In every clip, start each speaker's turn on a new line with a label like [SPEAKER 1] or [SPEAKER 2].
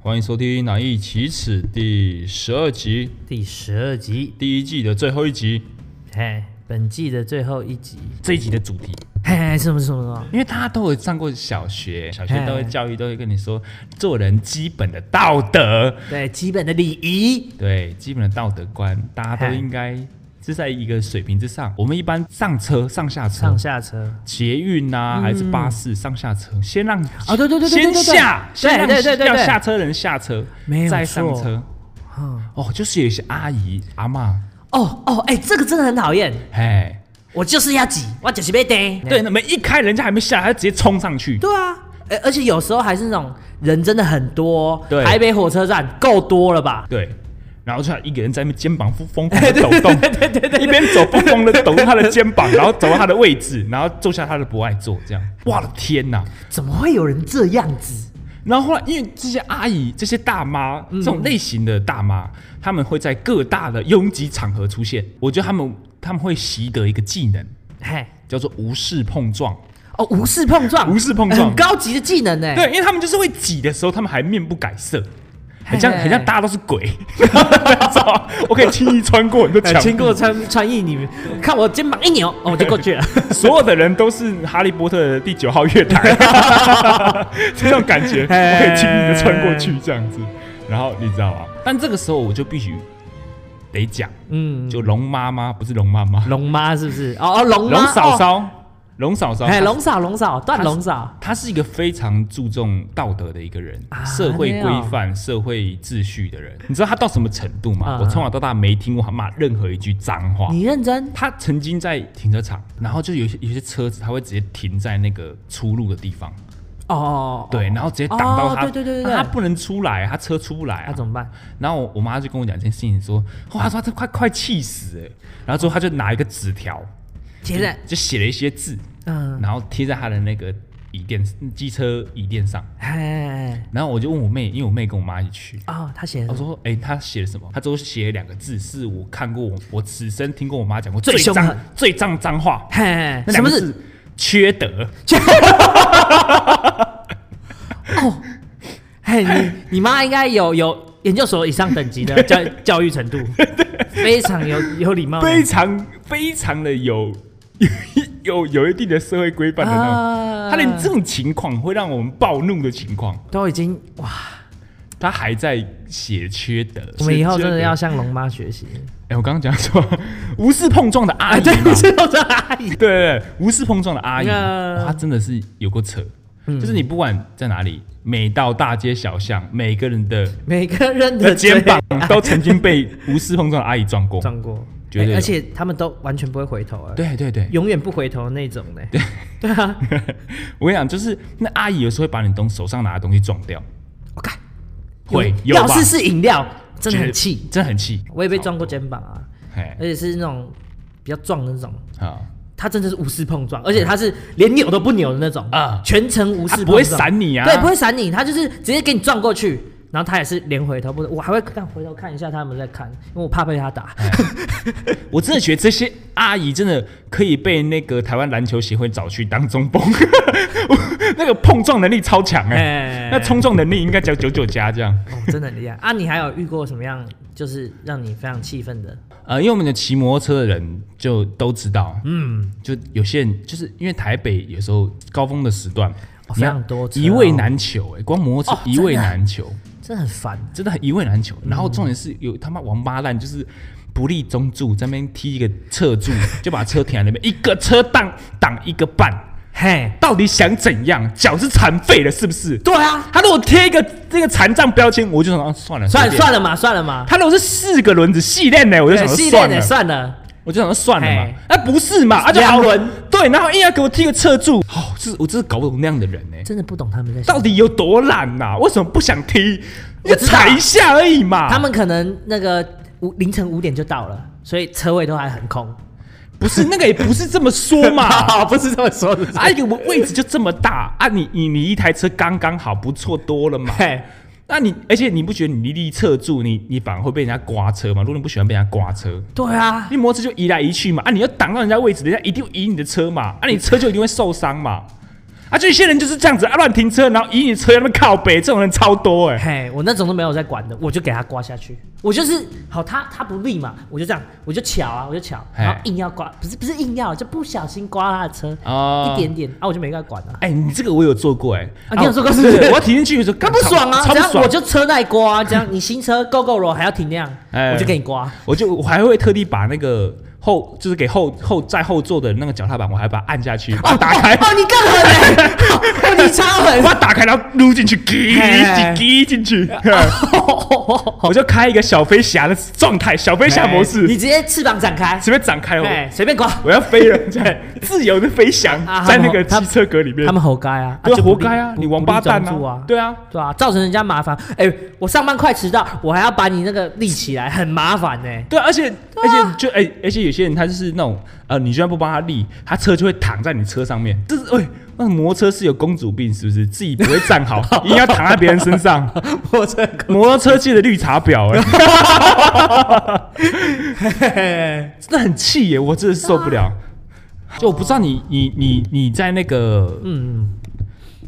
[SPEAKER 1] 欢迎收听《难易启齿》第十二集，
[SPEAKER 2] 第十二集，
[SPEAKER 1] 第一季的最后一集。
[SPEAKER 2] 嘿，本季的最后一集，
[SPEAKER 1] 这一集的主题，
[SPEAKER 2] 嘿，什么什么什么，
[SPEAKER 1] 因为大家都有上过小学，小学都会教育，都会跟你说做人基本的道德，
[SPEAKER 2] 对，基本的礼仪，
[SPEAKER 1] 对，基本的道德观，大家都
[SPEAKER 2] 嘿
[SPEAKER 1] 应该是在一个水平之上。我们一般上车、上下车
[SPEAKER 2] 上、下嗯车，
[SPEAKER 1] 捷运啊，还是巴士上下车，先让
[SPEAKER 2] 哦对对对对对
[SPEAKER 1] 先
[SPEAKER 2] 对对
[SPEAKER 1] 下，
[SPEAKER 2] 对
[SPEAKER 1] 先让
[SPEAKER 2] 对对对
[SPEAKER 1] 要
[SPEAKER 2] 对
[SPEAKER 1] 下车人下车
[SPEAKER 2] 没，有
[SPEAKER 1] 再上
[SPEAKER 2] 错
[SPEAKER 1] 车。
[SPEAKER 2] 嗯，
[SPEAKER 1] 哦，就是有一些阿姨、阿嬷，
[SPEAKER 2] 哦哦，哎、这个真的很讨厌，
[SPEAKER 1] 嘿。
[SPEAKER 2] 我就是要挤，我就是被逮，
[SPEAKER 1] 对，那么一开人家还没下来，他直接冲上去。
[SPEAKER 2] 对啊，哎、而且有时候还是那种人真的很多，哦
[SPEAKER 1] 对
[SPEAKER 2] 台北火车站够多了吧？
[SPEAKER 1] 对，然后就一个人在那边肩膀疯疯狂的抖动， 对对对，一边走疯疯的抖动他的肩膀，然后走到他的位置， 然后坐下他的不爱坐，这样，我的天哪！
[SPEAKER 2] 怎么会有人这样子？
[SPEAKER 1] 然后后来，因为这些阿姨、这些大妈这种类型的大妈，他们会在各大的拥挤场合出现。我觉得他们他们会习得一个技能，
[SPEAKER 2] 嘿，
[SPEAKER 1] 叫做无视碰撞。
[SPEAKER 2] 哦，无视碰撞，
[SPEAKER 1] 无视碰撞
[SPEAKER 2] 很高级的技能呢、
[SPEAKER 1] 对，因为他们就是会挤的时候，他们还面不改色，很像
[SPEAKER 2] 嘿嘿
[SPEAKER 1] 很像大家都是鬼， 操！我可以轻易穿过你的
[SPEAKER 2] 哎。
[SPEAKER 1] 墙，
[SPEAKER 2] 经过穿穿衣，你看我肩膀一扭，哦，我就过去了。
[SPEAKER 1] 所有的人都是哈利波特的第九号月台， 这种感觉，我可以轻易的穿过去这样子。然后你知道吗？但这个时候我就必须得讲，
[SPEAKER 2] 嗯，
[SPEAKER 1] 就龙妈妈不是龙妈妈，
[SPEAKER 2] 龙妈是不是？哦哦，龙妈
[SPEAKER 1] 龙嫂，
[SPEAKER 2] 哦
[SPEAKER 1] 嫂，龙嫂嫂，
[SPEAKER 2] 哎，
[SPEAKER 1] 她
[SPEAKER 2] 龙嫂，龙嫂，断龙嫂，
[SPEAKER 1] 他是一个非常注重道德的一个人，
[SPEAKER 2] 啊
[SPEAKER 1] 社会
[SPEAKER 2] 那
[SPEAKER 1] 规
[SPEAKER 2] 样
[SPEAKER 1] 范、社会秩序的人。你知道他到什么程度吗？
[SPEAKER 2] 嗯
[SPEAKER 1] 我从小到大没听过他骂任何一句脏话。
[SPEAKER 2] 你认真？
[SPEAKER 1] 他曾经在停车场，然后就有一些有一些车子，他会直接停在那个出入的地方，
[SPEAKER 2] 哦哦，哦
[SPEAKER 1] 对，然后直接挡到
[SPEAKER 2] 哦
[SPEAKER 1] 他，
[SPEAKER 2] 对对对对
[SPEAKER 1] 那
[SPEAKER 2] 对
[SPEAKER 1] 他不能出来，他车出不来、
[SPEAKER 2] 那
[SPEAKER 1] 啊，
[SPEAKER 2] 怎么办？
[SPEAKER 1] 然后我我妈就跟我讲一件事情，说，哇，她说她快快气死哎、然后之后她就拿一个纸条，
[SPEAKER 2] 贴在，
[SPEAKER 1] 就写了一些字，
[SPEAKER 2] 嗯，
[SPEAKER 1] 然后贴在她的那个椅垫机车椅垫上，
[SPEAKER 2] 哎，
[SPEAKER 1] 然后我就问我妹，因为我妹跟我妈一起去，
[SPEAKER 2] 哦，他写
[SPEAKER 1] 我
[SPEAKER 2] 的
[SPEAKER 1] 说：“哎、她写了什么？”她只有写两个字，是我看过我我此生听过我妈讲过最
[SPEAKER 2] 最凶
[SPEAKER 1] 脏
[SPEAKER 2] 狠
[SPEAKER 1] 最脏脏 话，
[SPEAKER 2] 嘿，
[SPEAKER 1] 那
[SPEAKER 2] 什
[SPEAKER 1] 两
[SPEAKER 2] 么
[SPEAKER 1] 个
[SPEAKER 2] 字
[SPEAKER 1] 字？缺德。
[SPEAKER 2] 哦，嘿，你你妈应该有有研究所以上等级的教教育程度，非常有有礼貌呢，
[SPEAKER 1] 非常非常的有 有有一定的社会规范的那种。
[SPEAKER 2] 啊
[SPEAKER 1] 她连这种情况会让我们暴怒的情况，
[SPEAKER 2] 都已经哇，
[SPEAKER 1] 她还在写缺德。
[SPEAKER 2] 我们以后
[SPEAKER 1] 是缺
[SPEAKER 2] 真的
[SPEAKER 1] 德
[SPEAKER 2] 要……向龙妈学习。
[SPEAKER 1] 哎、我刚刚讲说无视碰撞的阿
[SPEAKER 2] 啊，
[SPEAKER 1] 姨
[SPEAKER 2] 对，
[SPEAKER 1] 嘛
[SPEAKER 2] 你是我这阿姨，
[SPEAKER 1] 对对对，无视碰撞的阿姨，
[SPEAKER 2] 嗯
[SPEAKER 1] 哇她真的是有过扯。就是你不管在哪里，每到大街小巷，每个人的
[SPEAKER 2] 每个人
[SPEAKER 1] 的
[SPEAKER 2] 的
[SPEAKER 1] 肩膀
[SPEAKER 2] 嘴
[SPEAKER 1] 都曾经被无视碰撞的阿姨撞过。
[SPEAKER 2] 撞过，
[SPEAKER 1] 绝对
[SPEAKER 2] 哎
[SPEAKER 1] 有
[SPEAKER 2] 而且他们都完全不会回头啊，，
[SPEAKER 1] 对对对，
[SPEAKER 2] 永远不回头的那种呢。对，对啊，
[SPEAKER 1] 我跟你讲，就是那阿姨有时候会把你东手上拿的东西撞掉，
[SPEAKER 2] 我看
[SPEAKER 1] 会有
[SPEAKER 2] 要
[SPEAKER 1] 吧
[SPEAKER 2] 是是饮料，真的
[SPEAKER 1] 绝
[SPEAKER 2] 很气。
[SPEAKER 1] 真的很气。
[SPEAKER 2] 我也被撞过肩膀啊，
[SPEAKER 1] 哎
[SPEAKER 2] 而且是那种比较壮的那种，
[SPEAKER 1] 啊，
[SPEAKER 2] 他真的是无视碰撞，而且他是连扭都不扭的那种
[SPEAKER 1] 啊
[SPEAKER 2] 全程无
[SPEAKER 1] 他
[SPEAKER 2] 视碰撞，
[SPEAKER 1] 不会闪你啊，
[SPEAKER 2] 对，不会闪你，他就是直接给你撞过去，然后他也是连回头不，我还会看回头看一下他们在看，因为我怕被他打。
[SPEAKER 1] 哎我真的觉得这些阿姨真的可以被那个台湾篮球协会找去当中锋， 我那个碰撞能力超强哎、
[SPEAKER 2] 哎
[SPEAKER 1] 那冲撞能力应该叫九九加这样。
[SPEAKER 2] 哦，真的很厉害啊！你还有遇过什么样就是让你非常气愤的？
[SPEAKER 1] 呃，因为我们的骑摩托车的人就都知道，嗯，就有些人就是因为台北有时候高峰的时段，
[SPEAKER 2] 哦
[SPEAKER 1] 你要
[SPEAKER 2] 非常多车哦
[SPEAKER 1] 一位难求、哎，光摩托车
[SPEAKER 2] 哦
[SPEAKER 1] 一位难求，
[SPEAKER 2] 真的很烦。
[SPEAKER 1] 真的很一位难求。然后重点是有他妈王八蛋，就是不立中柱，在那边踢一个侧柱，就把车停在那边，一个车挡挡一个半，
[SPEAKER 2] 嘿，
[SPEAKER 1] 到底想怎样？脚是残废了是不是？
[SPEAKER 2] 对啊，
[SPEAKER 1] 他如果贴一个这个残障标签，我就想、啊、算了，
[SPEAKER 2] 算了
[SPEAKER 1] 随便
[SPEAKER 2] 算了嘛，算了嘛，
[SPEAKER 1] 他如果是四个轮子系列呢，我就想说
[SPEAKER 2] 对系列
[SPEAKER 1] 算
[SPEAKER 2] 的
[SPEAKER 1] 了。
[SPEAKER 2] 算了，
[SPEAKER 1] 我就想说算了嘛
[SPEAKER 2] 嘿，
[SPEAKER 1] 啊不是嘛，啊就
[SPEAKER 2] 两
[SPEAKER 1] 好
[SPEAKER 2] 轮
[SPEAKER 1] 对，然后硬要给我踢个侧柱，哦，这是我真是搞不懂那样的人呢、
[SPEAKER 2] 真的不懂他们在想
[SPEAKER 1] 到底有多懒呐、啊为什么不想踢？
[SPEAKER 2] 我
[SPEAKER 1] 就
[SPEAKER 2] 知道
[SPEAKER 1] 踩一下而已嘛。
[SPEAKER 2] 他们可能那个五凌晨五点就到了，所以车位都还很空。
[SPEAKER 1] 不是那个也不是这么说嘛，
[SPEAKER 2] 好，不是这么说的。
[SPEAKER 1] 啊一个位置就这么大啊，你你你一台车刚刚好，不错多了嘛。
[SPEAKER 2] 嘿，
[SPEAKER 1] 那你而且你不觉得你立侧柱，你你反而会被人家刮车嘛？如果你不喜欢被人家刮车，
[SPEAKER 2] 对啊，
[SPEAKER 1] 你摩托车就移来移去嘛，啊，你要挡到人家位置，人家一定移你的车嘛，啊，你车就一定会受伤嘛。啊，就有些人就是这样子啊，乱停车，然后以你车那边靠北，这种人超多哎、
[SPEAKER 2] 嘿，我那种都没有在管的，我就给他刮下去。我就是好，他他不利嘛，我就这样，我就巧啊，我就巧，
[SPEAKER 1] 嘿
[SPEAKER 2] 然后硬要刮，不是不是硬要，就不小心刮他的车、
[SPEAKER 1] 哦
[SPEAKER 2] 一点点，啊，我就没跟他管啊。
[SPEAKER 1] 哎、你这个我有做过哎、
[SPEAKER 2] 啊你有做过是不是
[SPEAKER 1] 我要停进去的时候，
[SPEAKER 2] 他
[SPEAKER 1] 干
[SPEAKER 2] 不爽啊，
[SPEAKER 1] 超
[SPEAKER 2] 这
[SPEAKER 1] 不
[SPEAKER 2] 样
[SPEAKER 1] 爽，
[SPEAKER 2] 我就车耐刮、啊，这样你新车 GO GO 罗还要停那样，
[SPEAKER 1] 哎
[SPEAKER 2] 我就给你 刮。
[SPEAKER 1] 我就我还会特地把那个后，就是给后后在后座的那个脚踏板，我还把它按下去， 把它打开
[SPEAKER 2] 哦，，哦你更狠、 欸，哦你超狠
[SPEAKER 1] 我 把它打开，然后撸进去，滴
[SPEAKER 2] 哎
[SPEAKER 1] 滴进去，
[SPEAKER 2] 哦，
[SPEAKER 1] 我就开一个小飞侠的状态，小飞侠模式，
[SPEAKER 2] 你直接翅膀展开，
[SPEAKER 1] 随便展开我。
[SPEAKER 2] 哎，随便刮。
[SPEAKER 1] 我要飞了，在自由的飞翔
[SPEAKER 2] 啊，
[SPEAKER 1] 在那个
[SPEAKER 2] 他
[SPEAKER 1] 汽
[SPEAKER 2] 们
[SPEAKER 1] 车格里面
[SPEAKER 2] 他，们活该啊，
[SPEAKER 1] 对啊，
[SPEAKER 2] 就不
[SPEAKER 1] 活
[SPEAKER 2] 利
[SPEAKER 1] 该啊，
[SPEAKER 2] 不
[SPEAKER 1] 你王八蛋
[SPEAKER 2] 不利专注
[SPEAKER 1] 啊
[SPEAKER 2] 啊，，
[SPEAKER 1] 对啊，
[SPEAKER 2] 对啊，造成人家麻烦。哎、我上班快迟到，我还要把你那个立起来，很麻烦呢、
[SPEAKER 1] 对啊，而且而且就哎，而且有些人他就是那种呃，你就算不帮他立，他车就会躺在你车上面，这是哎，那摩托车是有公主病是不是？自己不会站 好，硬要躺在别人身上，
[SPEAKER 2] 我这
[SPEAKER 1] 摩托车界的绿茶婊 哎，真的很气耶，我真的是受不了。就我不知道你你你你在那个
[SPEAKER 2] 嗯，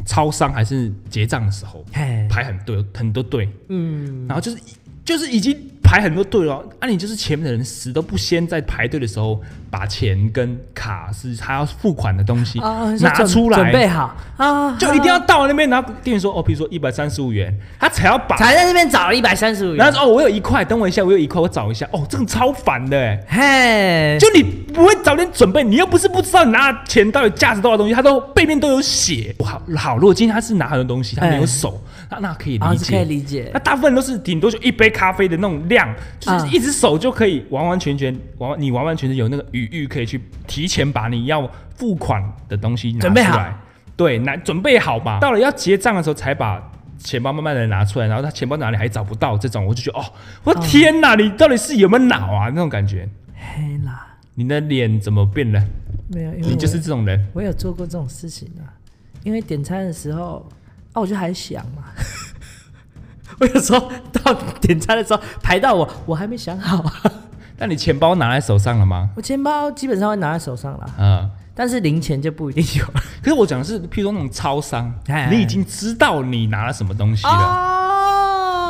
[SPEAKER 1] 超商还是结账的时候
[SPEAKER 2] 嘿，
[SPEAKER 1] 排很队很多队，
[SPEAKER 2] 嗯，
[SPEAKER 1] 然后就是就是已经排很多队了，啊，你就是前面的人死都不先在排队的时候把钱跟卡是他要付款的东西
[SPEAKER 2] 啊，是
[SPEAKER 1] 拿
[SPEAKER 2] 准
[SPEAKER 1] 出
[SPEAKER 2] 准备
[SPEAKER 1] 来，
[SPEAKER 2] 好啊，
[SPEAKER 1] 就一定要到那边，然后店员说哦，比如说一百三十五元，他才要把，
[SPEAKER 2] 才在那边找了一百三十五
[SPEAKER 1] 然后
[SPEAKER 2] 元，
[SPEAKER 1] 说哦，我有一块，等我一下，我有一块，我找一下，哦，这个超烦的哎。
[SPEAKER 2] 嘿，
[SPEAKER 1] 就你不会早点准备，你又不是不知道你拿的钱到底价值多少东西，它都背面都有写。好好，如果今天他是拿很多东西，他没有
[SPEAKER 2] 哎
[SPEAKER 1] 手，那那可以
[SPEAKER 2] 啊
[SPEAKER 1] 理
[SPEAKER 2] 是
[SPEAKER 1] 解，
[SPEAKER 2] 可以理解
[SPEAKER 1] 那大部分都是顶多就一杯咖啡的那种量，就是
[SPEAKER 2] 嗯
[SPEAKER 1] 一只手就可以完完全全完完，你完完全全有那个余裕可以去提前把你要付款的东西拿
[SPEAKER 2] 准备好
[SPEAKER 1] 出来。对，拿准备好嘛，到了要结账的时候才把钱包慢慢的拿出来，然后他钱包哪里还找不到，这种我就觉得哦，我的天哪，你到底是有没有脑啊？那种感觉。
[SPEAKER 2] 嘿啦，
[SPEAKER 1] 你的脸怎么变了？
[SPEAKER 2] 没有，因为
[SPEAKER 1] 你就
[SPEAKER 2] 我
[SPEAKER 1] 是这种人，
[SPEAKER 2] 我有做过这种事情啊，因为点餐的时候，啊，我就还想嘛。 我有时候到点餐的时候排到我，我还没想好、
[SPEAKER 1] 但你钱包拿在手上了吗？
[SPEAKER 2] 我钱包基本上会拿在手上啦，
[SPEAKER 1] 啊、
[SPEAKER 2] 但是零钱就不一定有。
[SPEAKER 1] 可是我讲的是，譬如说那种超商
[SPEAKER 2] 哎，
[SPEAKER 1] 你已经知道你拿了什么东西了，
[SPEAKER 2] 哦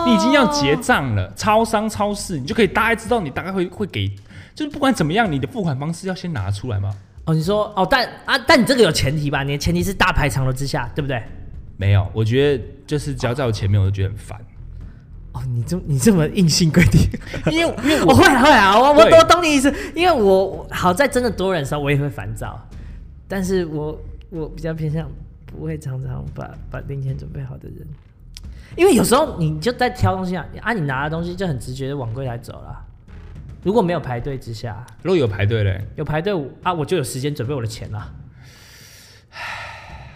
[SPEAKER 1] 你已经要结账了。超商、超市，你就可以大概知道你大概会会给，就是不管怎么样，你的付款方式要先拿出来嘛。
[SPEAKER 2] 哦，你说哦，但啊，但你这个有前提吧？你的前提是大排长龙之下，对不对？
[SPEAKER 1] 没有，我觉得就是只要在我前面，我就觉得很烦。
[SPEAKER 2] 哦，你这你这么硬性规 定，
[SPEAKER 1] 因为因为
[SPEAKER 2] 我
[SPEAKER 1] 我
[SPEAKER 2] 会啊会啊，我我
[SPEAKER 1] 对
[SPEAKER 2] 我懂你意思，因为我我好在真的多人的时候，我也会烦躁，但是我我比较偏向不会常常把把零钱准备好的人，因为有时候你就在挑东西啊，啊，你拿的东西就很直觉的往柜台走了，如果没有排队之下，
[SPEAKER 1] 如果有排队嘞，
[SPEAKER 2] 有排队我啊，我就有时间准备我的钱了。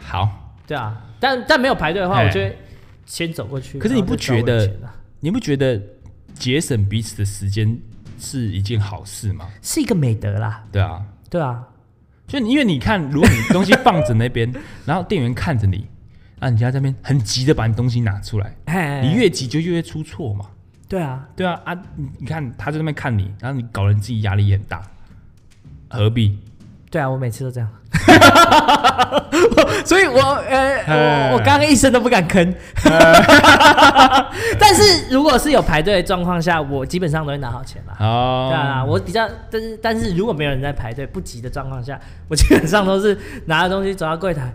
[SPEAKER 1] 好。
[SPEAKER 2] 对啊，但但没有排队的话，
[SPEAKER 1] 哎
[SPEAKER 2] 我就会先走过去。
[SPEAKER 1] 可是你不觉
[SPEAKER 2] 然后
[SPEAKER 1] 得
[SPEAKER 2] 就找我的钱啊，
[SPEAKER 1] 你不觉得节省彼此的时间是一件好事吗？
[SPEAKER 2] 是一个美德啦？
[SPEAKER 1] 对啊，
[SPEAKER 2] 对啊，
[SPEAKER 1] 就你因为你看，如果你东西放着那 边，然后店员看着你，啊，你就在这边很急的把你东西拿出来，
[SPEAKER 2] 哎，
[SPEAKER 1] 你越急就越出错嘛。
[SPEAKER 2] 对啊，
[SPEAKER 1] 对啊，啊，你你看他在那边看你，然后你搞得你自己压力也很大，何必？
[SPEAKER 2] 对啊，我每次都这样。 所以我，呃，
[SPEAKER 1] 哎
[SPEAKER 2] 我我刚刚一声都不敢吭。 但是如果是有排队的状况下，我基本上都会拿好钱啦。
[SPEAKER 1] 哦
[SPEAKER 2] 对啊，我比较，但是但是如果没有人在排队不急的状况下，我基本上都是 拿了东西走到柜台，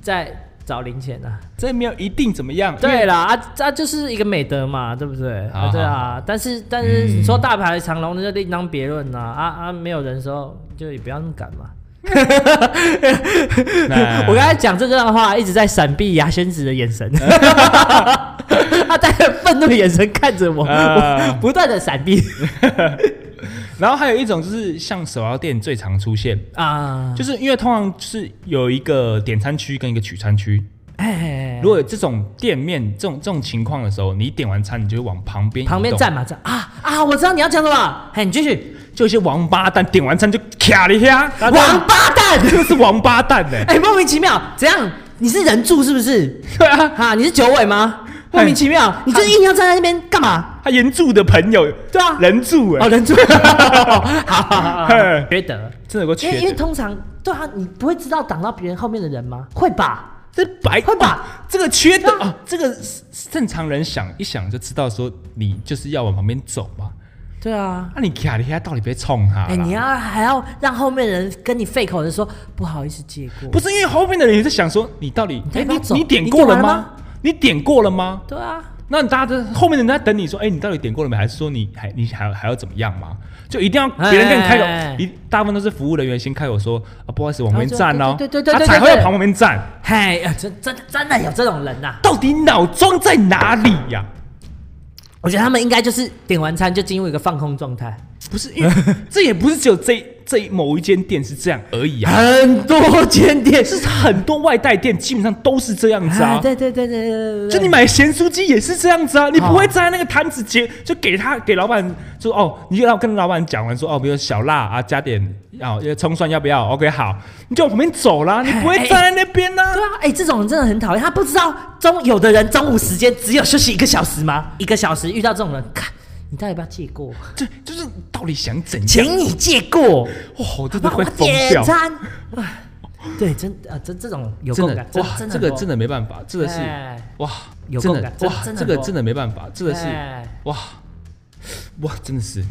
[SPEAKER 2] 再找零钱啊。
[SPEAKER 1] 这没有一定怎么样，因为
[SPEAKER 2] 对啦，啊，这、啊、就是一个美德嘛，对不对？
[SPEAKER 1] 好
[SPEAKER 2] 啊，对啊，但是但是你说大排长龙那就另当别论啦，啊啊，没有人的时候就也不要那么赶嘛。
[SPEAKER 1] 那
[SPEAKER 2] 我刚才讲这段话一直在闪避牙仙子的眼神， 他带着愤怒的眼神看着我，
[SPEAKER 1] 啊
[SPEAKER 2] 我 不断的闪避
[SPEAKER 1] 然后还有一种就是像手摇店最常出现，
[SPEAKER 2] 啊，
[SPEAKER 1] 就是因为通常就是有一个点餐区跟一个取餐区，
[SPEAKER 2] 哎，
[SPEAKER 1] 如果有这种店面这种这种情况的时候，你点完餐你就会往旁边移
[SPEAKER 2] 旁边
[SPEAKER 1] 动
[SPEAKER 2] 站嘛站啊啊，我知道你要讲什么，哎，你继续，
[SPEAKER 1] 就一些王八蛋点完餐就卡了一下，
[SPEAKER 2] 王八蛋，
[SPEAKER 1] 这个是王八 蛋呢、欸
[SPEAKER 2] 哎，莫名其妙，怎样？你是人柱是不是？
[SPEAKER 1] 对啊，
[SPEAKER 2] 哈，你是九尾吗？莫名其妙，你就硬要站在那边干嘛？
[SPEAKER 1] 他原著的朋友，
[SPEAKER 2] 对啊，
[SPEAKER 1] 人著哎、
[SPEAKER 2] 哦， 人住，好好好好
[SPEAKER 1] 嘿，
[SPEAKER 2] 缺德。
[SPEAKER 1] 真的有个
[SPEAKER 2] 因
[SPEAKER 1] 缺
[SPEAKER 2] 为因为
[SPEAKER 1] 德。
[SPEAKER 2] 通常对啊，你不会知道挡到别人后面的人吗？会吧？
[SPEAKER 1] 这白
[SPEAKER 2] 会
[SPEAKER 1] 哦
[SPEAKER 2] 吧
[SPEAKER 1] 这个缺德
[SPEAKER 2] 对啊
[SPEAKER 1] 啊，这个是正常人想一想就知道，说你就是要往旁边走嘛。
[SPEAKER 2] 对啊，
[SPEAKER 1] 那、你卡你下到底别冲他啦。
[SPEAKER 2] 哎，你要还要让后面的人跟你费口的说不好意思借过，
[SPEAKER 1] 不是因为后面的人也在想说，你到底
[SPEAKER 2] 你
[SPEAKER 1] 哎、
[SPEAKER 2] 要不要走
[SPEAKER 1] 你你点
[SPEAKER 2] 你
[SPEAKER 1] 过
[SPEAKER 2] 点
[SPEAKER 1] 了
[SPEAKER 2] 完了
[SPEAKER 1] 吗？你点过了吗？
[SPEAKER 2] 对啊，
[SPEAKER 1] 那大家都后面的人在等你说，哎、你到底点过了没？还是说你还你还还要怎么样吗？就一定要别人跟你开口，
[SPEAKER 2] 哎哎哎
[SPEAKER 1] 一大部分都是服务人员先开口说啊，不好意思，往旁边站哦，
[SPEAKER 2] 对对对对对
[SPEAKER 1] 他
[SPEAKER 2] 对
[SPEAKER 1] 才
[SPEAKER 2] 对
[SPEAKER 1] 会
[SPEAKER 2] 对
[SPEAKER 1] 往旁边站。
[SPEAKER 2] 嘿，哎真真真的有这种人呐。
[SPEAKER 1] 到底脑装在哪里呀、
[SPEAKER 2] 我觉得他们应该就是点完餐就进入一个放空状态，
[SPEAKER 1] 不 是，因为这也不是只有这这某一间店是这样而已啊，
[SPEAKER 2] 很多间店
[SPEAKER 1] 是很多外带店基本上都是这样子啊。
[SPEAKER 2] 哎对对对对对对，
[SPEAKER 1] 就你买咸酥鸡也是这样子啊，你
[SPEAKER 2] 哦
[SPEAKER 1] 不会站在那个摊子接，就给他给老板说哦，你就要跟老板讲完说哦，比如小辣啊，加点啊、哦、葱蒜要不要？OK 好，你就往旁边走啦，你不会
[SPEAKER 2] 哎
[SPEAKER 1] 站在那边呢、
[SPEAKER 2] 对啊，哎、这种人真的很讨厌。他不知道中有的人中午时间只有休息一个小时吗？一个小时遇到这种人，看你到底要不要借过？
[SPEAKER 1] 这就是到底想怎样？
[SPEAKER 2] 请你借过，
[SPEAKER 1] 哇、我真的
[SPEAKER 2] 帮
[SPEAKER 1] 会
[SPEAKER 2] 我
[SPEAKER 1] 疯
[SPEAKER 2] 点
[SPEAKER 1] 掉。
[SPEAKER 2] 餐。哎对，真啊，这这种有
[SPEAKER 1] 真
[SPEAKER 2] 共
[SPEAKER 1] 的
[SPEAKER 2] 感，
[SPEAKER 1] 哇，
[SPEAKER 2] 真
[SPEAKER 1] 这个真
[SPEAKER 2] 的
[SPEAKER 1] 的没办法，这个是
[SPEAKER 2] 哎
[SPEAKER 1] 哇，
[SPEAKER 2] 有
[SPEAKER 1] 真
[SPEAKER 2] 共
[SPEAKER 1] 的
[SPEAKER 2] 感真
[SPEAKER 1] 哇，
[SPEAKER 2] 真的
[SPEAKER 1] 这个
[SPEAKER 2] 很多
[SPEAKER 1] 真的没办法，这个是
[SPEAKER 2] 哎
[SPEAKER 1] 哇哇，真的是。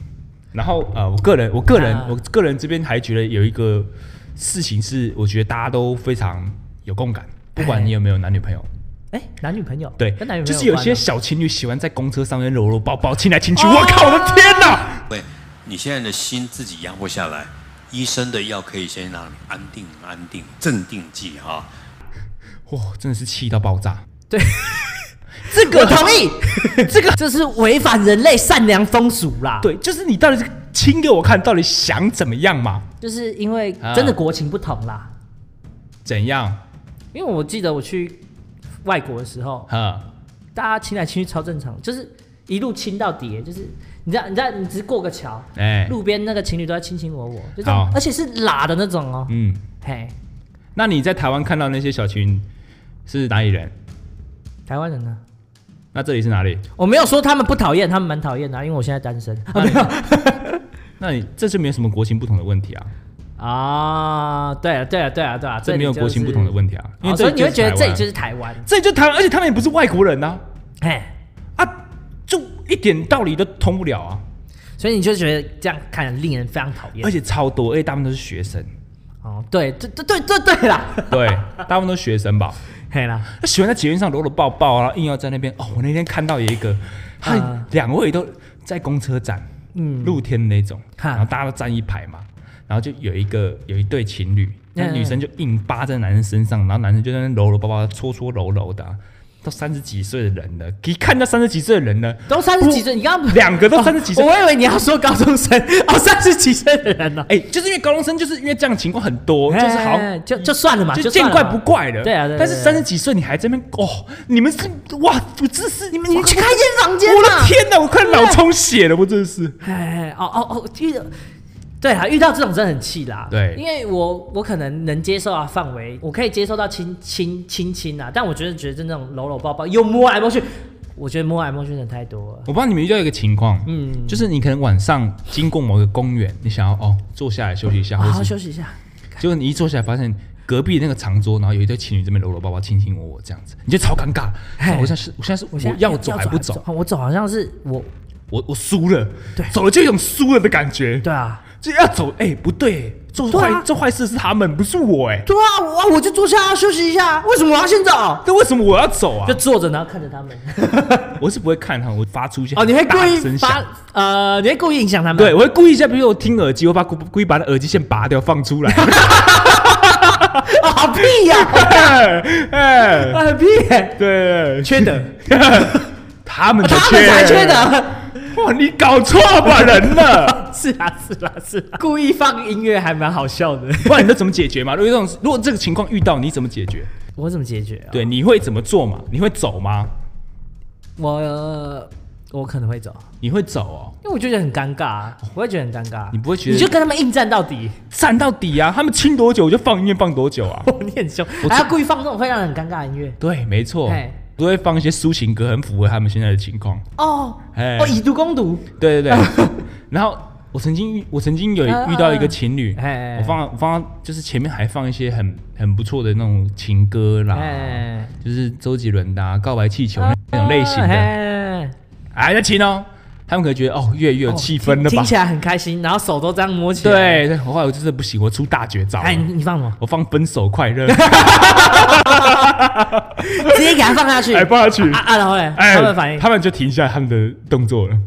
[SPEAKER 1] 然后呃，我个人，我个人
[SPEAKER 2] 啊，
[SPEAKER 1] 我个人这边还觉得有一个事情是，我觉得大家都非常有共感，不管你有没有男女朋友，
[SPEAKER 2] 很多哎，男女朋友
[SPEAKER 1] 对
[SPEAKER 2] 跟男女，朋
[SPEAKER 1] 就
[SPEAKER 2] 友
[SPEAKER 1] 是有
[SPEAKER 2] 关
[SPEAKER 1] 些
[SPEAKER 2] 啊哦
[SPEAKER 1] 小情侣喜欢在公车上面搂搂抱抱、亲来亲去，我靠，我的天哪！
[SPEAKER 3] 喂，你现在的心自己压不下来，医生的药可以先让你安定、安定、镇定剂哈、
[SPEAKER 1] 哇，真的是气到爆炸。
[SPEAKER 2] 对，这个我 同意，这个就是违反人类善良风俗啦。，
[SPEAKER 1] 对，就是你到底是亲给我看，到底想怎么样嘛？
[SPEAKER 2] 就是因为
[SPEAKER 1] 啊
[SPEAKER 2] 真的国情不同啦。
[SPEAKER 1] 怎样？
[SPEAKER 2] 因为我记得我去外国的时候，
[SPEAKER 1] 哈，
[SPEAKER 2] 大家亲来亲去超正常，就是一路亲到底耶，就是你知道，你知道，你只是过个桥，
[SPEAKER 1] 哎，
[SPEAKER 2] 路边那个情侣都在亲亲我我，就这
[SPEAKER 1] 好
[SPEAKER 2] 种，而且是拉的那种哦、
[SPEAKER 1] 嗯。
[SPEAKER 2] 嘿，
[SPEAKER 1] 那你在台湾看到那些小群是哪里人？
[SPEAKER 2] 台湾人呢？
[SPEAKER 1] 那这里是哪里？
[SPEAKER 2] 我没有说他们不讨厌，他们蛮讨厌的啊、因为我现在单身啊，没有
[SPEAKER 1] 那你这就没有什么国情不同的问题啊，
[SPEAKER 2] 啊，对了对了对了对了，
[SPEAKER 1] 这没有国情不同的问
[SPEAKER 2] 题，
[SPEAKER 1] 题啊，因
[SPEAKER 2] 哦
[SPEAKER 1] 为
[SPEAKER 2] 所以
[SPEAKER 1] 这
[SPEAKER 2] 你会觉得这里就是是台湾，
[SPEAKER 1] 这里就台湾，而且他们也不是外国人呐、
[SPEAKER 2] 嘿，
[SPEAKER 1] 啊，就一点道理都通不了啊，
[SPEAKER 2] 所以你就觉得这样看令人非常讨厌，
[SPEAKER 1] 而且超多，而且大部分都是学生，
[SPEAKER 2] 哦，对对对对对对啦，
[SPEAKER 1] 对，大部分都是学生吧，
[SPEAKER 2] 嘿啦，
[SPEAKER 1] 他喜欢在捷运上搂搂抱抱啊，硬要在那边哦，我那天看到有一个，他
[SPEAKER 2] 啊
[SPEAKER 1] 两位都在公车站，嗯，露天那种，
[SPEAKER 2] 哈
[SPEAKER 1] 然后大家都站一排嘛，然后就有一个有一对情侣，那
[SPEAKER 2] 嗯
[SPEAKER 1] 女生就硬扒在男生身上，然后男生就在那边搂搂抱抱、搓搓揉揉的啊、都三十几岁的人了，一看到三十几岁的人了，
[SPEAKER 2] 都三十几岁，你刚刚
[SPEAKER 1] 两个都三十几岁
[SPEAKER 2] 哦我以为你要说高中生哦，三十几岁的人哦呢、
[SPEAKER 1] 哎、就是因为高中生就是因为这样的情况很多，就是好
[SPEAKER 2] 哎就就算了嘛，
[SPEAKER 1] 就
[SPEAKER 2] 算
[SPEAKER 1] 见
[SPEAKER 2] 了
[SPEAKER 1] 怪
[SPEAKER 2] 嘛
[SPEAKER 1] 不怪了。
[SPEAKER 2] 对啊，对
[SPEAKER 1] 但是三十，几岁你还在那边哦，你们是哇，我真是你们，你们去开一间房间。我的天哪，我快脑充血了，我真的是。
[SPEAKER 2] 对对哎哦哦哦，遇到对啊，遇到这种真的很气啦。
[SPEAKER 1] 对
[SPEAKER 2] 因为我我可能能接受啊范围，我可以接受到亲亲亲亲啊，但我觉得觉得那种搂搂抱抱又摸来摸去，我觉得摸来摸去真的太多了。
[SPEAKER 1] 我帮你们遇到一个情况，嗯，就是你可能晚上经过某个公园，你想要哦坐下来休息一下，
[SPEAKER 2] 好
[SPEAKER 1] 或
[SPEAKER 2] 好
[SPEAKER 1] 者是
[SPEAKER 2] 休息一下，
[SPEAKER 1] 结果你一坐下来发现。隔壁那个长桌，然后有一对情侣这边搂搂抱抱、亲亲我我这样子，你就超尴尬。
[SPEAKER 2] 嘿
[SPEAKER 1] 我现在是，我现在是，
[SPEAKER 2] 我现
[SPEAKER 1] 我
[SPEAKER 2] 在
[SPEAKER 1] 要走还不走？
[SPEAKER 2] 哦我走好像是我
[SPEAKER 1] 我我输了，
[SPEAKER 2] 对
[SPEAKER 1] 走了就有一种输了的感觉。
[SPEAKER 2] 对啊。
[SPEAKER 1] 就要走，哎、不对，做
[SPEAKER 2] 对
[SPEAKER 1] 坏、
[SPEAKER 2] 啊
[SPEAKER 1] 做坏事是他们，不是我、哎，
[SPEAKER 2] 对啊，我我就坐下啊休息一下。为什么我要先走？
[SPEAKER 1] 那为什么我要走啊
[SPEAKER 2] 就？坐着，然后看着他们。
[SPEAKER 1] 我是不会看他们，我发出一些
[SPEAKER 2] 哦，你会故
[SPEAKER 1] 大
[SPEAKER 2] 意
[SPEAKER 1] 声
[SPEAKER 2] 发
[SPEAKER 1] 响，
[SPEAKER 2] 呃，你会故意影响他们？
[SPEAKER 1] 对，我会故意一下，比如我听耳机，我把故故意把那耳机线拔掉，放出 来，
[SPEAKER 2] 啊，好屁呀、
[SPEAKER 1] 哎、哎
[SPEAKER 2] 啊，很 屁、欸，
[SPEAKER 1] 对，
[SPEAKER 2] 缺德，
[SPEAKER 1] 他们才
[SPEAKER 2] 他们才缺，德，
[SPEAKER 1] 哇，你搞错吧人了，
[SPEAKER 2] 是啊，是啊，是啊，故意放音乐还蛮好笑的。
[SPEAKER 1] 不然你都怎么解决嘛？如果这种如果这个情况遇到，你怎么解决？
[SPEAKER 2] 我怎么解决啊？
[SPEAKER 1] 对，你会怎么做嘛？你会走吗？
[SPEAKER 2] 我、呃我可能会走，啊
[SPEAKER 1] 你会走哦，
[SPEAKER 2] 因为我就觉得很尴尬、啊，我会觉得很尴尬、
[SPEAKER 1] 你不会觉得
[SPEAKER 2] 你就跟他们应战到底， ？
[SPEAKER 1] 站到底啊！他们亲多久我就放音乐放多久啊
[SPEAKER 2] 哦、你很凶，还要故意放这种会让人很尴尬的音乐。
[SPEAKER 1] 对，没错
[SPEAKER 2] 哎。
[SPEAKER 1] 都会放一些抒情歌，很符合他们现在的情况。
[SPEAKER 2] 哦
[SPEAKER 1] 哎
[SPEAKER 2] 哦，以毒攻毒，
[SPEAKER 1] 对对对。然后我曾经遇，我曾经有
[SPEAKER 2] 啊
[SPEAKER 1] 遇到一个情侣，
[SPEAKER 2] 哎哎哎
[SPEAKER 1] 我放我放就是前面还放一些很很不错的那种情歌啦，
[SPEAKER 2] 哎，
[SPEAKER 1] 就是周杰伦的、啊《告白气球》那种类型的，哎、
[SPEAKER 2] 哎
[SPEAKER 1] 在亲哦。他们可能觉得哦，越来越有气氛了吧？
[SPEAKER 2] 听听起来很开心，然后手都这样摸起来。
[SPEAKER 1] 对，对后来我真的不行，我出大绝招了，
[SPEAKER 2] 哎，你你放什么？
[SPEAKER 1] 我放《分手快乐》
[SPEAKER 2] 直接给他放下去。
[SPEAKER 1] 哎，放下去，
[SPEAKER 2] 啊啊！然后嘞，
[SPEAKER 1] 哎，
[SPEAKER 2] 他们反应，啊
[SPEAKER 1] 他们就停下他们的动作了。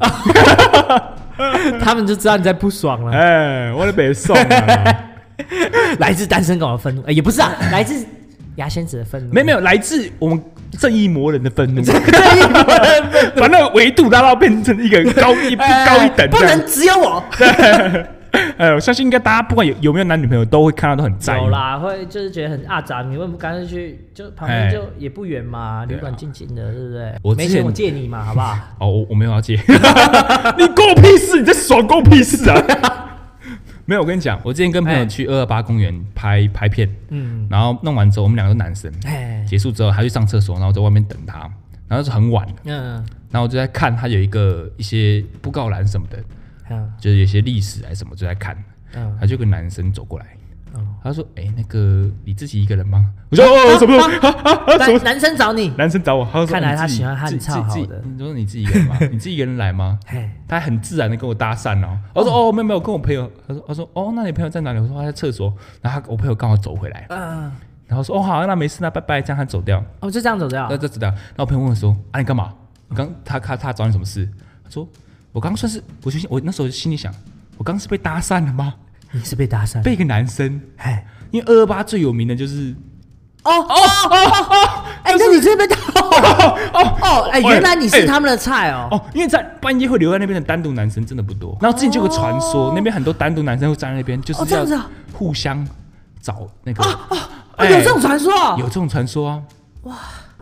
[SPEAKER 2] 他们就知道你在不爽了。
[SPEAKER 1] 哎，我的北宋啊，
[SPEAKER 2] 来自单身狗的愤怒，哎也不是啊，来自牙仙子的愤怒。
[SPEAKER 1] 没有没有，来自我们正义魔人的愤 怒，把那个维度拉到变成一个高一
[SPEAKER 2] 哎，
[SPEAKER 1] 高一等
[SPEAKER 2] 不
[SPEAKER 1] 这样
[SPEAKER 2] 能。只有我。
[SPEAKER 1] 哎，我相信应该大家不管有有没有男女朋友，都会看到都很在意
[SPEAKER 2] 有。啦，会就是觉得很阿杂，你为什么干脆去就旁边
[SPEAKER 1] 哎
[SPEAKER 2] 就也不远嘛，
[SPEAKER 1] 对啊
[SPEAKER 2] 旅馆近近的，对不对？
[SPEAKER 1] 我
[SPEAKER 2] 没
[SPEAKER 1] 之前
[SPEAKER 2] 钱我借你嘛，好 不好？
[SPEAKER 1] 哦，我我没有要接，你关我屁事！你在爽关我屁事啊！ 没有，我跟你讲，我之前跟朋友
[SPEAKER 2] 哎
[SPEAKER 1] 去二二八公园拍拍片，
[SPEAKER 2] 嗯，
[SPEAKER 1] 然后弄完之后，我们两个都男生，
[SPEAKER 2] 哎，
[SPEAKER 1] 结束之后，他去上厕所，然后我在外面等他，然后是很晚了，
[SPEAKER 2] 嗯，
[SPEAKER 1] 然后我就在看他有一个一些布告栏什么的，
[SPEAKER 2] 嗯，
[SPEAKER 1] 就是有些历史还是什么就在看，
[SPEAKER 2] 嗯
[SPEAKER 1] 他就有个男生走过来，
[SPEAKER 2] 哦
[SPEAKER 1] 他说：“哎、那个你自己一个人吗？”我说：“哦，什么时候？啊啊啊什么
[SPEAKER 2] 男？”男生找你，
[SPEAKER 1] 男生找我，他说：“
[SPEAKER 2] 看来他
[SPEAKER 1] 你自己
[SPEAKER 2] 喜欢汉
[SPEAKER 1] 自己
[SPEAKER 2] 超
[SPEAKER 1] 自己
[SPEAKER 2] 好的
[SPEAKER 1] 你说你自己一个 人吗？你自己一个人来吗？”
[SPEAKER 2] 嘿，
[SPEAKER 1] 他很自然的跟我搭讪哦，我说哦没有没有，跟我朋友，他说他说哦那你朋友在哪里？我说他在厕所，然后他我朋友刚好走回来，
[SPEAKER 2] 嗯，
[SPEAKER 1] 然后说哦好那没事那拜拜，这样他走掉，
[SPEAKER 2] 哦，就这样走掉
[SPEAKER 1] 那。这知道。然后我朋友问我说：“啊，你干嘛？你刚他他他找你什么事？”他说：“我刚算是我就心我那时候心里想，我刚是被搭讪了吗？
[SPEAKER 2] 你是被搭讪？
[SPEAKER 1] 被一个男生，
[SPEAKER 2] 哎，
[SPEAKER 1] 因为二二八最有名的就是
[SPEAKER 2] 哦哦哦哦，哎，那你真的被搭？ 哦哦，哎，原来你是他们的菜哦。
[SPEAKER 1] 哦，因为在半夜会留在那边的单独男生真的不多。然后之前就有个传说，
[SPEAKER 2] 哦
[SPEAKER 1] 那边很多单独男生会站在那边，就
[SPEAKER 2] 哦
[SPEAKER 1] 是
[SPEAKER 2] 这样子
[SPEAKER 1] 要
[SPEAKER 2] 啊
[SPEAKER 1] 互相找那个。
[SPEAKER 2] 哦，有这种传说哦
[SPEAKER 1] 哎有，这种传说啊！哇，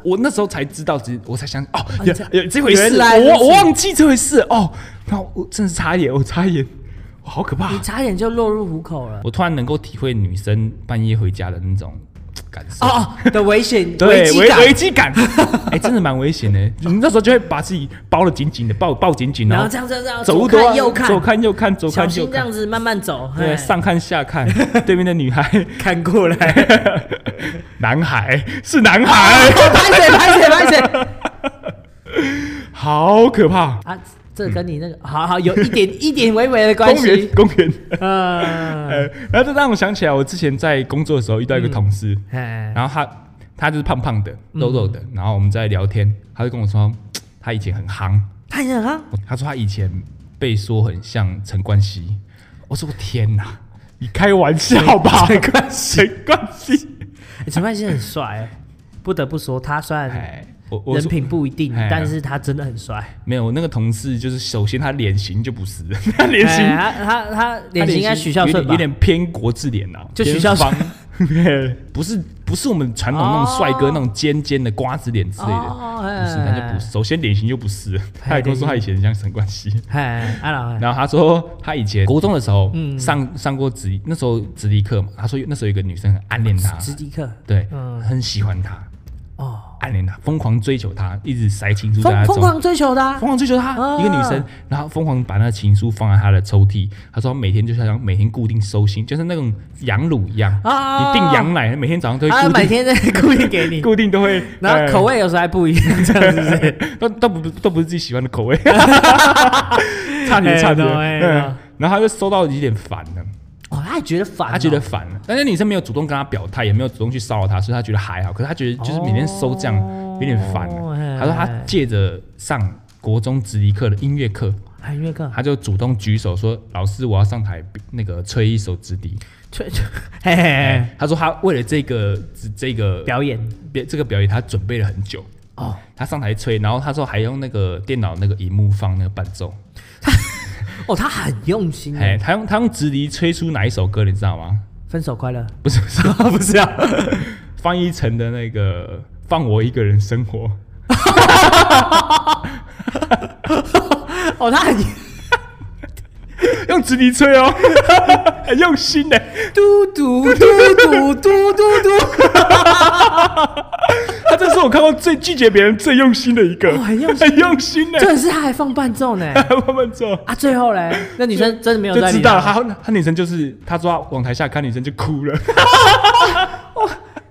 [SPEAKER 1] 我那时候才知道，只我才想哦，有
[SPEAKER 2] 这
[SPEAKER 1] 有这回事，
[SPEAKER 2] 原来如此
[SPEAKER 1] 我我忘记这回事哦。然后我真是差一点，我差一点，哇好可怕
[SPEAKER 2] 你！差点就落入虎口了。
[SPEAKER 1] 我突然能够体会女生半夜回家的那种嘖感受。
[SPEAKER 2] 哦哦的危险，
[SPEAKER 1] 对，
[SPEAKER 2] 机
[SPEAKER 1] 危
[SPEAKER 2] 感，
[SPEAKER 1] 危机 感，哎、真的蛮危险的。你那时候就会把自己包的紧紧的，抱抱紧紧，
[SPEAKER 2] 然后
[SPEAKER 1] 后
[SPEAKER 2] 这样这样这样，
[SPEAKER 1] 走
[SPEAKER 2] 左
[SPEAKER 1] 路都要
[SPEAKER 2] 看右看，
[SPEAKER 1] 左看右看，左
[SPEAKER 2] 小
[SPEAKER 1] 看右
[SPEAKER 2] 心这样
[SPEAKER 1] 看，
[SPEAKER 2] 子慢慢走，
[SPEAKER 1] 对，
[SPEAKER 2] 嘿
[SPEAKER 1] 上看下 看，对面的女孩，
[SPEAKER 2] 看过来，
[SPEAKER 1] 男孩是男孩，
[SPEAKER 2] 拍谁拍谁拍 谁
[SPEAKER 1] 好可怕。
[SPEAKER 2] 啊！这跟你那个好好有一点 一点微微的关
[SPEAKER 1] 公园
[SPEAKER 2] 系，，
[SPEAKER 1] 公园。
[SPEAKER 2] 嗯，
[SPEAKER 1] 呃，然后这让我想起来，我之前在工作的时候遇到一个同事，
[SPEAKER 2] 哎，
[SPEAKER 1] 然后他他就是胖胖的、肉肉的，然后我们在聊天，他就跟我说嘖他以前很夯，
[SPEAKER 2] 看见啊，
[SPEAKER 1] 他说他以前被说很像陈冠希，我说我天哪，你开玩笑吧？ 陈冠希，陈冠希，
[SPEAKER 2] 哎陈冠希很帅，不得不说，他虽然
[SPEAKER 1] 哎，我我
[SPEAKER 2] 人
[SPEAKER 1] 说
[SPEAKER 2] 品不一定
[SPEAKER 1] 哎，
[SPEAKER 2] 但是他真的很帅。
[SPEAKER 1] 没有，我那个同事就是首先他脸型就不是， 他脸型
[SPEAKER 2] 哎他他他
[SPEAKER 1] 他
[SPEAKER 2] 脸型应该许孝
[SPEAKER 1] 有
[SPEAKER 2] 顺
[SPEAKER 1] 点
[SPEAKER 2] 吧
[SPEAKER 1] 有？点偏国字脸呐、啊，
[SPEAKER 2] 就许孝顺
[SPEAKER 1] 偏方， 对不是不是我们传统那种帅哥、
[SPEAKER 2] 哦
[SPEAKER 1] 那种尖尖的瓜子脸之类的，
[SPEAKER 2] 哦
[SPEAKER 1] 不是，他就不是。首先脸型就不是，他还跟我说他以前像陈冠希。
[SPEAKER 2] 哎，阿郎，
[SPEAKER 1] 然后他说，他以前国中的时候、
[SPEAKER 2] 嗯
[SPEAKER 1] 上上过职，那时候职力课嘛。他说那时候有一个女生很暗恋他，
[SPEAKER 2] 直迪克，
[SPEAKER 1] 对，
[SPEAKER 2] 嗯
[SPEAKER 1] 很喜欢他，
[SPEAKER 2] 哦，
[SPEAKER 1] 暗恋他，疯狂追求他，一直塞情书在他
[SPEAKER 2] 疯疯
[SPEAKER 1] 中
[SPEAKER 2] 狂追求的啊
[SPEAKER 1] 疯，狂追求她，
[SPEAKER 2] 啊
[SPEAKER 1] 一个女生，然后疯狂把那情书放在她的抽屉。她说她每天就是要每天固定收信，就是那种羊乳一样，
[SPEAKER 2] 啊
[SPEAKER 1] 你订羊奶，每天早上都会
[SPEAKER 2] 他
[SPEAKER 1] 固
[SPEAKER 2] 每
[SPEAKER 1] 定，
[SPEAKER 2] 天在故意 给你，
[SPEAKER 1] 固定都会，
[SPEAKER 2] 然后口味有时候还不一样，这样子。
[SPEAKER 1] 呃都都不都不是自己喜欢的 口味，差点
[SPEAKER 2] 哎
[SPEAKER 1] 差点。
[SPEAKER 2] 懂哎
[SPEAKER 1] 嗯
[SPEAKER 2] 懂
[SPEAKER 1] 然后她就收到有点烦了，
[SPEAKER 2] 哦，他也觉得烦哦，
[SPEAKER 1] 她觉得烦了，但是女生没有主动跟她表态，也没有主动去骚扰她，所以她觉得还好。可是她觉得就是每天收这样
[SPEAKER 2] 哦
[SPEAKER 1] 有点烦
[SPEAKER 2] 嘿
[SPEAKER 1] 了。她说她借着上国中职理课的音乐课。
[SPEAKER 2] 哎，音乐课
[SPEAKER 1] 他就主动举手说：“老师，我要上台那个吹一首直笛。
[SPEAKER 2] 吹 吹，嘿嘿嘿，
[SPEAKER 1] 他说他为了这个这这个
[SPEAKER 2] 表演
[SPEAKER 1] 表这个表演，他准备了很久。
[SPEAKER 2] 哦，
[SPEAKER 1] 他上台吹，然后他说还用那个电脑那个荧幕放那个伴奏。
[SPEAKER 2] 哦，他很用心
[SPEAKER 1] 哎、
[SPEAKER 2] 哎，
[SPEAKER 1] 他用他用直笛吹出哪一首歌，你知道吗？
[SPEAKER 2] 分手快乐，
[SPEAKER 1] 不是 不是不是啊，方一晨的那个《放我一个人生活》。
[SPEAKER 2] 哦，他很
[SPEAKER 1] 用直笛吹哦， 很用心呢。
[SPEAKER 2] 嘟嘟嘟嘟嘟嘟嘟，
[SPEAKER 1] 他这是我看过最拒绝别人最用心的一个，
[SPEAKER 2] 哦很用 心
[SPEAKER 1] 很用心呢。
[SPEAKER 2] 重点是他还放伴奏呢。
[SPEAKER 1] 慢慢做，
[SPEAKER 2] 啊，最后嘞，那女生真的没有
[SPEAKER 1] 就
[SPEAKER 2] 在理
[SPEAKER 1] 知道了。他他女生就是他坐到往台下看女生就哭 了，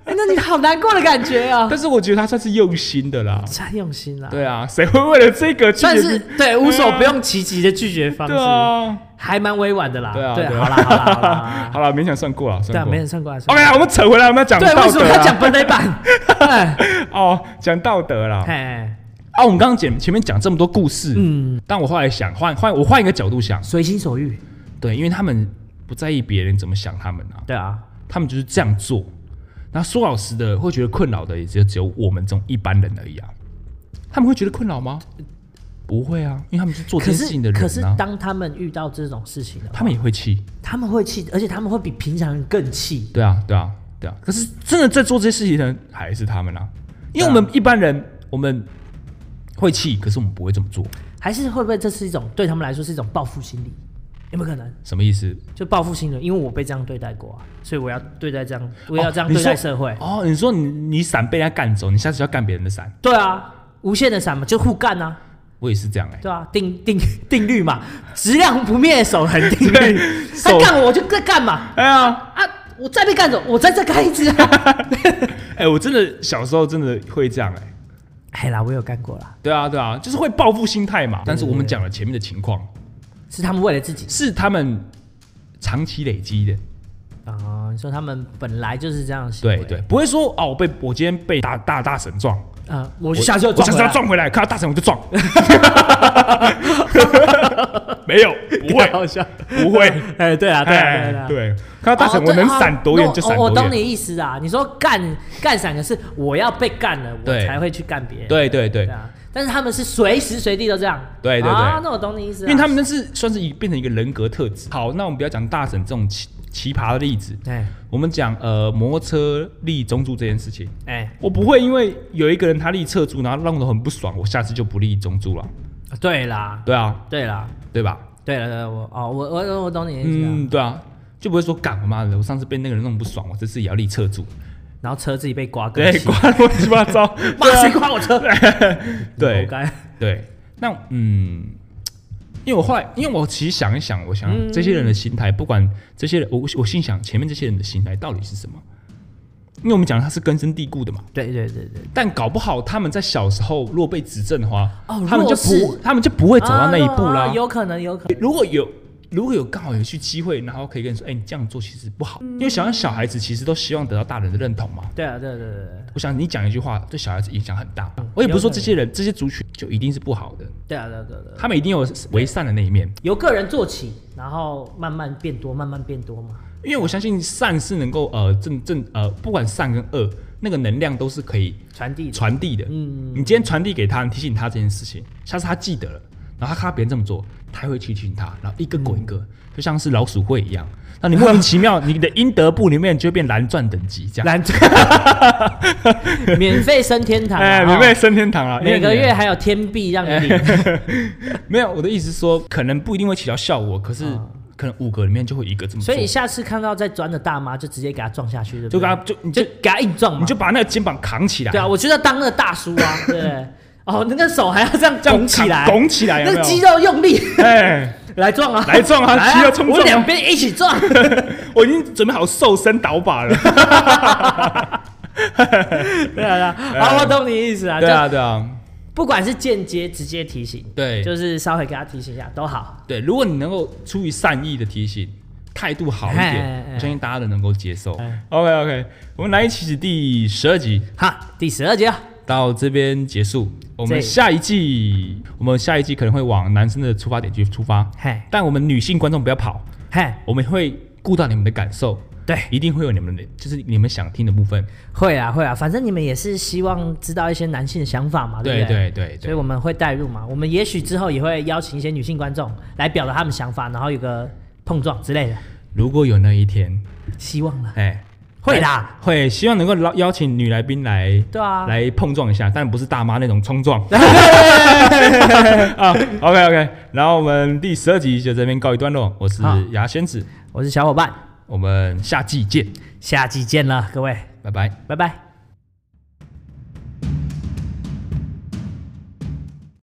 [SPEAKER 2] 哎那你好难过的感觉哦。
[SPEAKER 1] 但是我觉得他算是用心的啦。
[SPEAKER 2] 太用心了，
[SPEAKER 1] 对啊，谁会为了这个拒
[SPEAKER 2] 算
[SPEAKER 1] 绝
[SPEAKER 2] 是
[SPEAKER 1] 别？
[SPEAKER 2] 对无所不用其极的拒绝方式
[SPEAKER 1] 对，啊，
[SPEAKER 2] 还蛮委婉的啦。
[SPEAKER 1] 对啊，
[SPEAKER 2] 对，
[SPEAKER 1] 啊
[SPEAKER 2] 好啦好啦好 啦，
[SPEAKER 1] 好了，勉强算过了，
[SPEAKER 2] 对
[SPEAKER 1] 算
[SPEAKER 2] 啊，
[SPEAKER 1] 过
[SPEAKER 2] 没。人上过来说。
[SPEAKER 1] OK，我们扯回来，我们要讲
[SPEAKER 2] 对，
[SPEAKER 1] 道
[SPEAKER 2] 为什
[SPEAKER 1] 德
[SPEAKER 2] 么
[SPEAKER 1] 啊。
[SPEAKER 2] 要讲本垒板？哎
[SPEAKER 1] 哦，讲道德啦。
[SPEAKER 2] 哎，
[SPEAKER 1] 啊，我们刚刚讲前面讲这么多故事，
[SPEAKER 2] 嗯，
[SPEAKER 1] 但我后来想换换我换一个角度想，
[SPEAKER 2] 随心所欲，
[SPEAKER 1] 对，因为他们不在意别人怎么想他们啊，
[SPEAKER 2] 对啊，
[SPEAKER 1] 他们就是这样做。那说老实的，会觉得困扰的也只有只有我们这种一般人而已啊。他们会觉得困扰吗？不会啊，因为他们是做这
[SPEAKER 2] 可
[SPEAKER 1] 件事情的
[SPEAKER 2] 是可是
[SPEAKER 1] 人啊，
[SPEAKER 2] 当他们遇到这种事情的话，
[SPEAKER 1] 他们也会气。
[SPEAKER 2] 他们会气，而且他们会比平常人更气。
[SPEAKER 1] 对啊，对啊，对啊。可是真的在做这些事情的人还是他们啊，因为我们一般人我们会气，可是我们不会这么做，
[SPEAKER 2] 还是会不会这是一种对他们来说是一种报复心理？有没有可能？
[SPEAKER 1] 什么意思？
[SPEAKER 2] 就报复心理，因为我被这样对待过啊，所以我要对待这样，我
[SPEAKER 1] 哦
[SPEAKER 2] 要这样
[SPEAKER 1] 你
[SPEAKER 2] 对待
[SPEAKER 1] 说
[SPEAKER 2] 社会。
[SPEAKER 1] 哦，你说你你伞被人家干走，你下次要干别人的伞，
[SPEAKER 2] 对啊，无限的闪嘛，就互干啊，
[SPEAKER 1] 我也是这样哎、
[SPEAKER 2] 对啊，定定定律嘛，质量不灭守恒定律。他
[SPEAKER 1] 守
[SPEAKER 2] 干我，我就再干嘛
[SPEAKER 1] 哎呀，
[SPEAKER 2] 啊！我再被干走，我再再干一次啊！
[SPEAKER 1] 哎、我真的小时候真的会这样哎、
[SPEAKER 2] 哎啦，我有干过啦，
[SPEAKER 1] 对啊，对啊，就是会报复心态嘛。但是我们讲了前面的情况，
[SPEAKER 2] 是他们为了自己
[SPEAKER 1] 是他们长期累积的，
[SPEAKER 2] 啊、你说他们本来就是这样的行为
[SPEAKER 1] 对对，不会说哦，我被我今天被大大大神撞，
[SPEAKER 2] 啊、我
[SPEAKER 1] 我
[SPEAKER 2] 就下次要
[SPEAKER 1] 我下次要
[SPEAKER 2] 回来
[SPEAKER 1] 撞回来，看到大神我 就撞。没有，不会，
[SPEAKER 2] 好笑。
[SPEAKER 1] 不会。
[SPEAKER 2] 哎，对啊，对啊，对
[SPEAKER 1] 哎
[SPEAKER 2] 啊，，啊。
[SPEAKER 1] 对，看到大神
[SPEAKER 2] 哦
[SPEAKER 1] 我能
[SPEAKER 2] 对啊
[SPEAKER 1] 闪多远
[SPEAKER 2] 那
[SPEAKER 1] 就闪
[SPEAKER 2] 我我
[SPEAKER 1] 多
[SPEAKER 2] 懂你
[SPEAKER 1] 远。
[SPEAKER 2] 意思啊，你说干干闪的是我要被干了，我
[SPEAKER 1] 对
[SPEAKER 2] 才会去干别人。
[SPEAKER 1] 对对对
[SPEAKER 2] 对，啊，但是他们是随时随地都这样。
[SPEAKER 1] 对对对
[SPEAKER 2] 啊，那我懂你意思啊。
[SPEAKER 1] 因为他们那是算是一变成一个人格特质。好，那我们不要讲大神这种奇奇葩的例子，
[SPEAKER 2] 哎
[SPEAKER 1] 我们讲呃摩托车立中柱这件事情。
[SPEAKER 2] 哎，
[SPEAKER 1] 我不会因为有一个人他立侧柱，然后让我很不爽，我下次就不立中柱了。
[SPEAKER 2] 对啦，
[SPEAKER 1] 对啊，
[SPEAKER 2] 对啦，
[SPEAKER 1] 对吧？
[SPEAKER 2] 对了，对了，我哦，我我我懂你的意思啊。
[SPEAKER 1] 嗯，对啊，就不会说干我妈的，我上次被那个人弄不爽，我这次也要立侧柱。
[SPEAKER 2] 然后车自己被刮个
[SPEAKER 1] 对，
[SPEAKER 2] 漆
[SPEAKER 1] 刮乱七八 糟，
[SPEAKER 2] 妈谁刮我车？
[SPEAKER 1] 对
[SPEAKER 2] 活该。
[SPEAKER 1] 对，那嗯，因为我后来，因为我其实想一想，我想
[SPEAKER 2] 嗯
[SPEAKER 1] 这些人的心态，不管这些人，我我心想前面这些人的心态到底是什么？因为我们讲他是根深蒂固的嘛，
[SPEAKER 2] 对对对对，
[SPEAKER 1] 但搞不好他们在小时候若被指正的话，
[SPEAKER 2] 哦
[SPEAKER 1] 他们就不
[SPEAKER 2] 弱势，
[SPEAKER 1] 他们就不会走到那一步啦。
[SPEAKER 2] 啊有可能，有可能。
[SPEAKER 1] 如果有如果有刚好有去机会，然后可以跟你说，哎、你这样做其实不好，因为想想小孩子其实都希望得到大人的认同嘛。
[SPEAKER 2] 对啊，对对对对
[SPEAKER 1] 我想你讲一句话对小孩子影响很大。我也嗯不是说这些人这些族群就一定是不好的，
[SPEAKER 2] 对啊，对啊对啊对啊，
[SPEAKER 1] 他们一定有为善的那一面，
[SPEAKER 2] 由个人做起，然后慢慢变多，慢慢变多嘛。
[SPEAKER 1] 因为我相信善是能够呃正正呃不管善跟恶，那个能量都是可以
[SPEAKER 2] 传递的
[SPEAKER 1] 传递的。嗯，你今天传递给他，你提醒他这件事情，下次他记得了，然后他看到别人这么做，他会去提醒他，然后一个滚一
[SPEAKER 2] 嗯
[SPEAKER 1] 个，就像是老鼠会一样。那你莫名其 妙，你的阴德簿里面就会变蓝钻等级这样。
[SPEAKER 2] 蓝， 免费升天堂啊，
[SPEAKER 1] 哎，
[SPEAKER 2] 哦
[SPEAKER 1] 免费哎升天堂了，因为
[SPEAKER 2] 每个
[SPEAKER 1] 你
[SPEAKER 2] 月还有天币让你领。
[SPEAKER 1] 没有，我的意思是说，可能不一定会起到效果，可是可能五个里面就会一个这么做，
[SPEAKER 2] 嗯所以下次看到在钻的大妈，就直接给她撞下去，
[SPEAKER 1] 就
[SPEAKER 2] 对不对？
[SPEAKER 1] 跟他就你
[SPEAKER 2] 你就
[SPEAKER 1] 就
[SPEAKER 2] 给她硬撞嘛。
[SPEAKER 1] 你就把哎那个肩膀扛起来，
[SPEAKER 2] 对啊，我觉得当那个大叔 啊，对不对。哦，那个手还要这样
[SPEAKER 1] 这样
[SPEAKER 2] 拱起
[SPEAKER 1] 扛
[SPEAKER 2] 来，
[SPEAKER 1] 拱起来有没
[SPEAKER 2] 那
[SPEAKER 1] 有，
[SPEAKER 2] 个肌肉用力
[SPEAKER 1] 哎，
[SPEAKER 2] 来撞啊，
[SPEAKER 1] 来撞啊
[SPEAKER 2] 来
[SPEAKER 1] 肌肉冲撞啊
[SPEAKER 2] 我两边一起 撞。
[SPEAKER 1] 我已经准备好瘦身倒把 了，
[SPEAKER 2] 对啊，对啊，好， 我懂你意思啊。
[SPEAKER 1] 对啊，对啊，
[SPEAKER 2] 就不管是间接、直接提醒，
[SPEAKER 1] 对
[SPEAKER 2] 就是稍微给他提醒一下都好。
[SPEAKER 1] 对，如果你能够出于善意的提醒，态度好一
[SPEAKER 2] 哎哎
[SPEAKER 1] 点，
[SPEAKER 2] 哎
[SPEAKER 1] 我相信大家都能够接受
[SPEAKER 2] 哎。
[SPEAKER 1] OK OK，我们来一期第十二集
[SPEAKER 2] 哈，第十二集啊，
[SPEAKER 1] 到这边结束，我
[SPEAKER 2] 这
[SPEAKER 1] 们下一季，我们下一季可能会往男生的出发点去出发，
[SPEAKER 2] 嘿，
[SPEAKER 1] 但我们女性观众不要跑。
[SPEAKER 2] 嘿，
[SPEAKER 1] 我们会顾到你们的感受，
[SPEAKER 2] 对，
[SPEAKER 1] 一定会有你们的，就是你们想听的部分。
[SPEAKER 2] 会啊，会啊，反正你们也是希望知道一些男性的想法嘛，
[SPEAKER 1] 对
[SPEAKER 2] 不
[SPEAKER 1] 对对
[SPEAKER 2] 所以
[SPEAKER 1] 对，
[SPEAKER 2] 我们会带入嘛，我们也许之后也会邀请一些女性观众来表达她们想法，然后有个碰撞之类的，
[SPEAKER 1] 如果有那一天，
[SPEAKER 2] 希望了。
[SPEAKER 1] 哎，
[SPEAKER 2] 会啦，
[SPEAKER 1] 会希望能够邀邀请女来宾来，
[SPEAKER 2] 对啊
[SPEAKER 1] 来碰撞一下，但不是大妈那种冲撞。啊，OK OK，然后我们第十二集就这边告一段落，我是
[SPEAKER 2] 好
[SPEAKER 1] 牙仙子，
[SPEAKER 2] 我是小伙伴，
[SPEAKER 1] 我们下季见，
[SPEAKER 2] 下期见了，各位，
[SPEAKER 1] 拜拜。
[SPEAKER 2] 拜拜。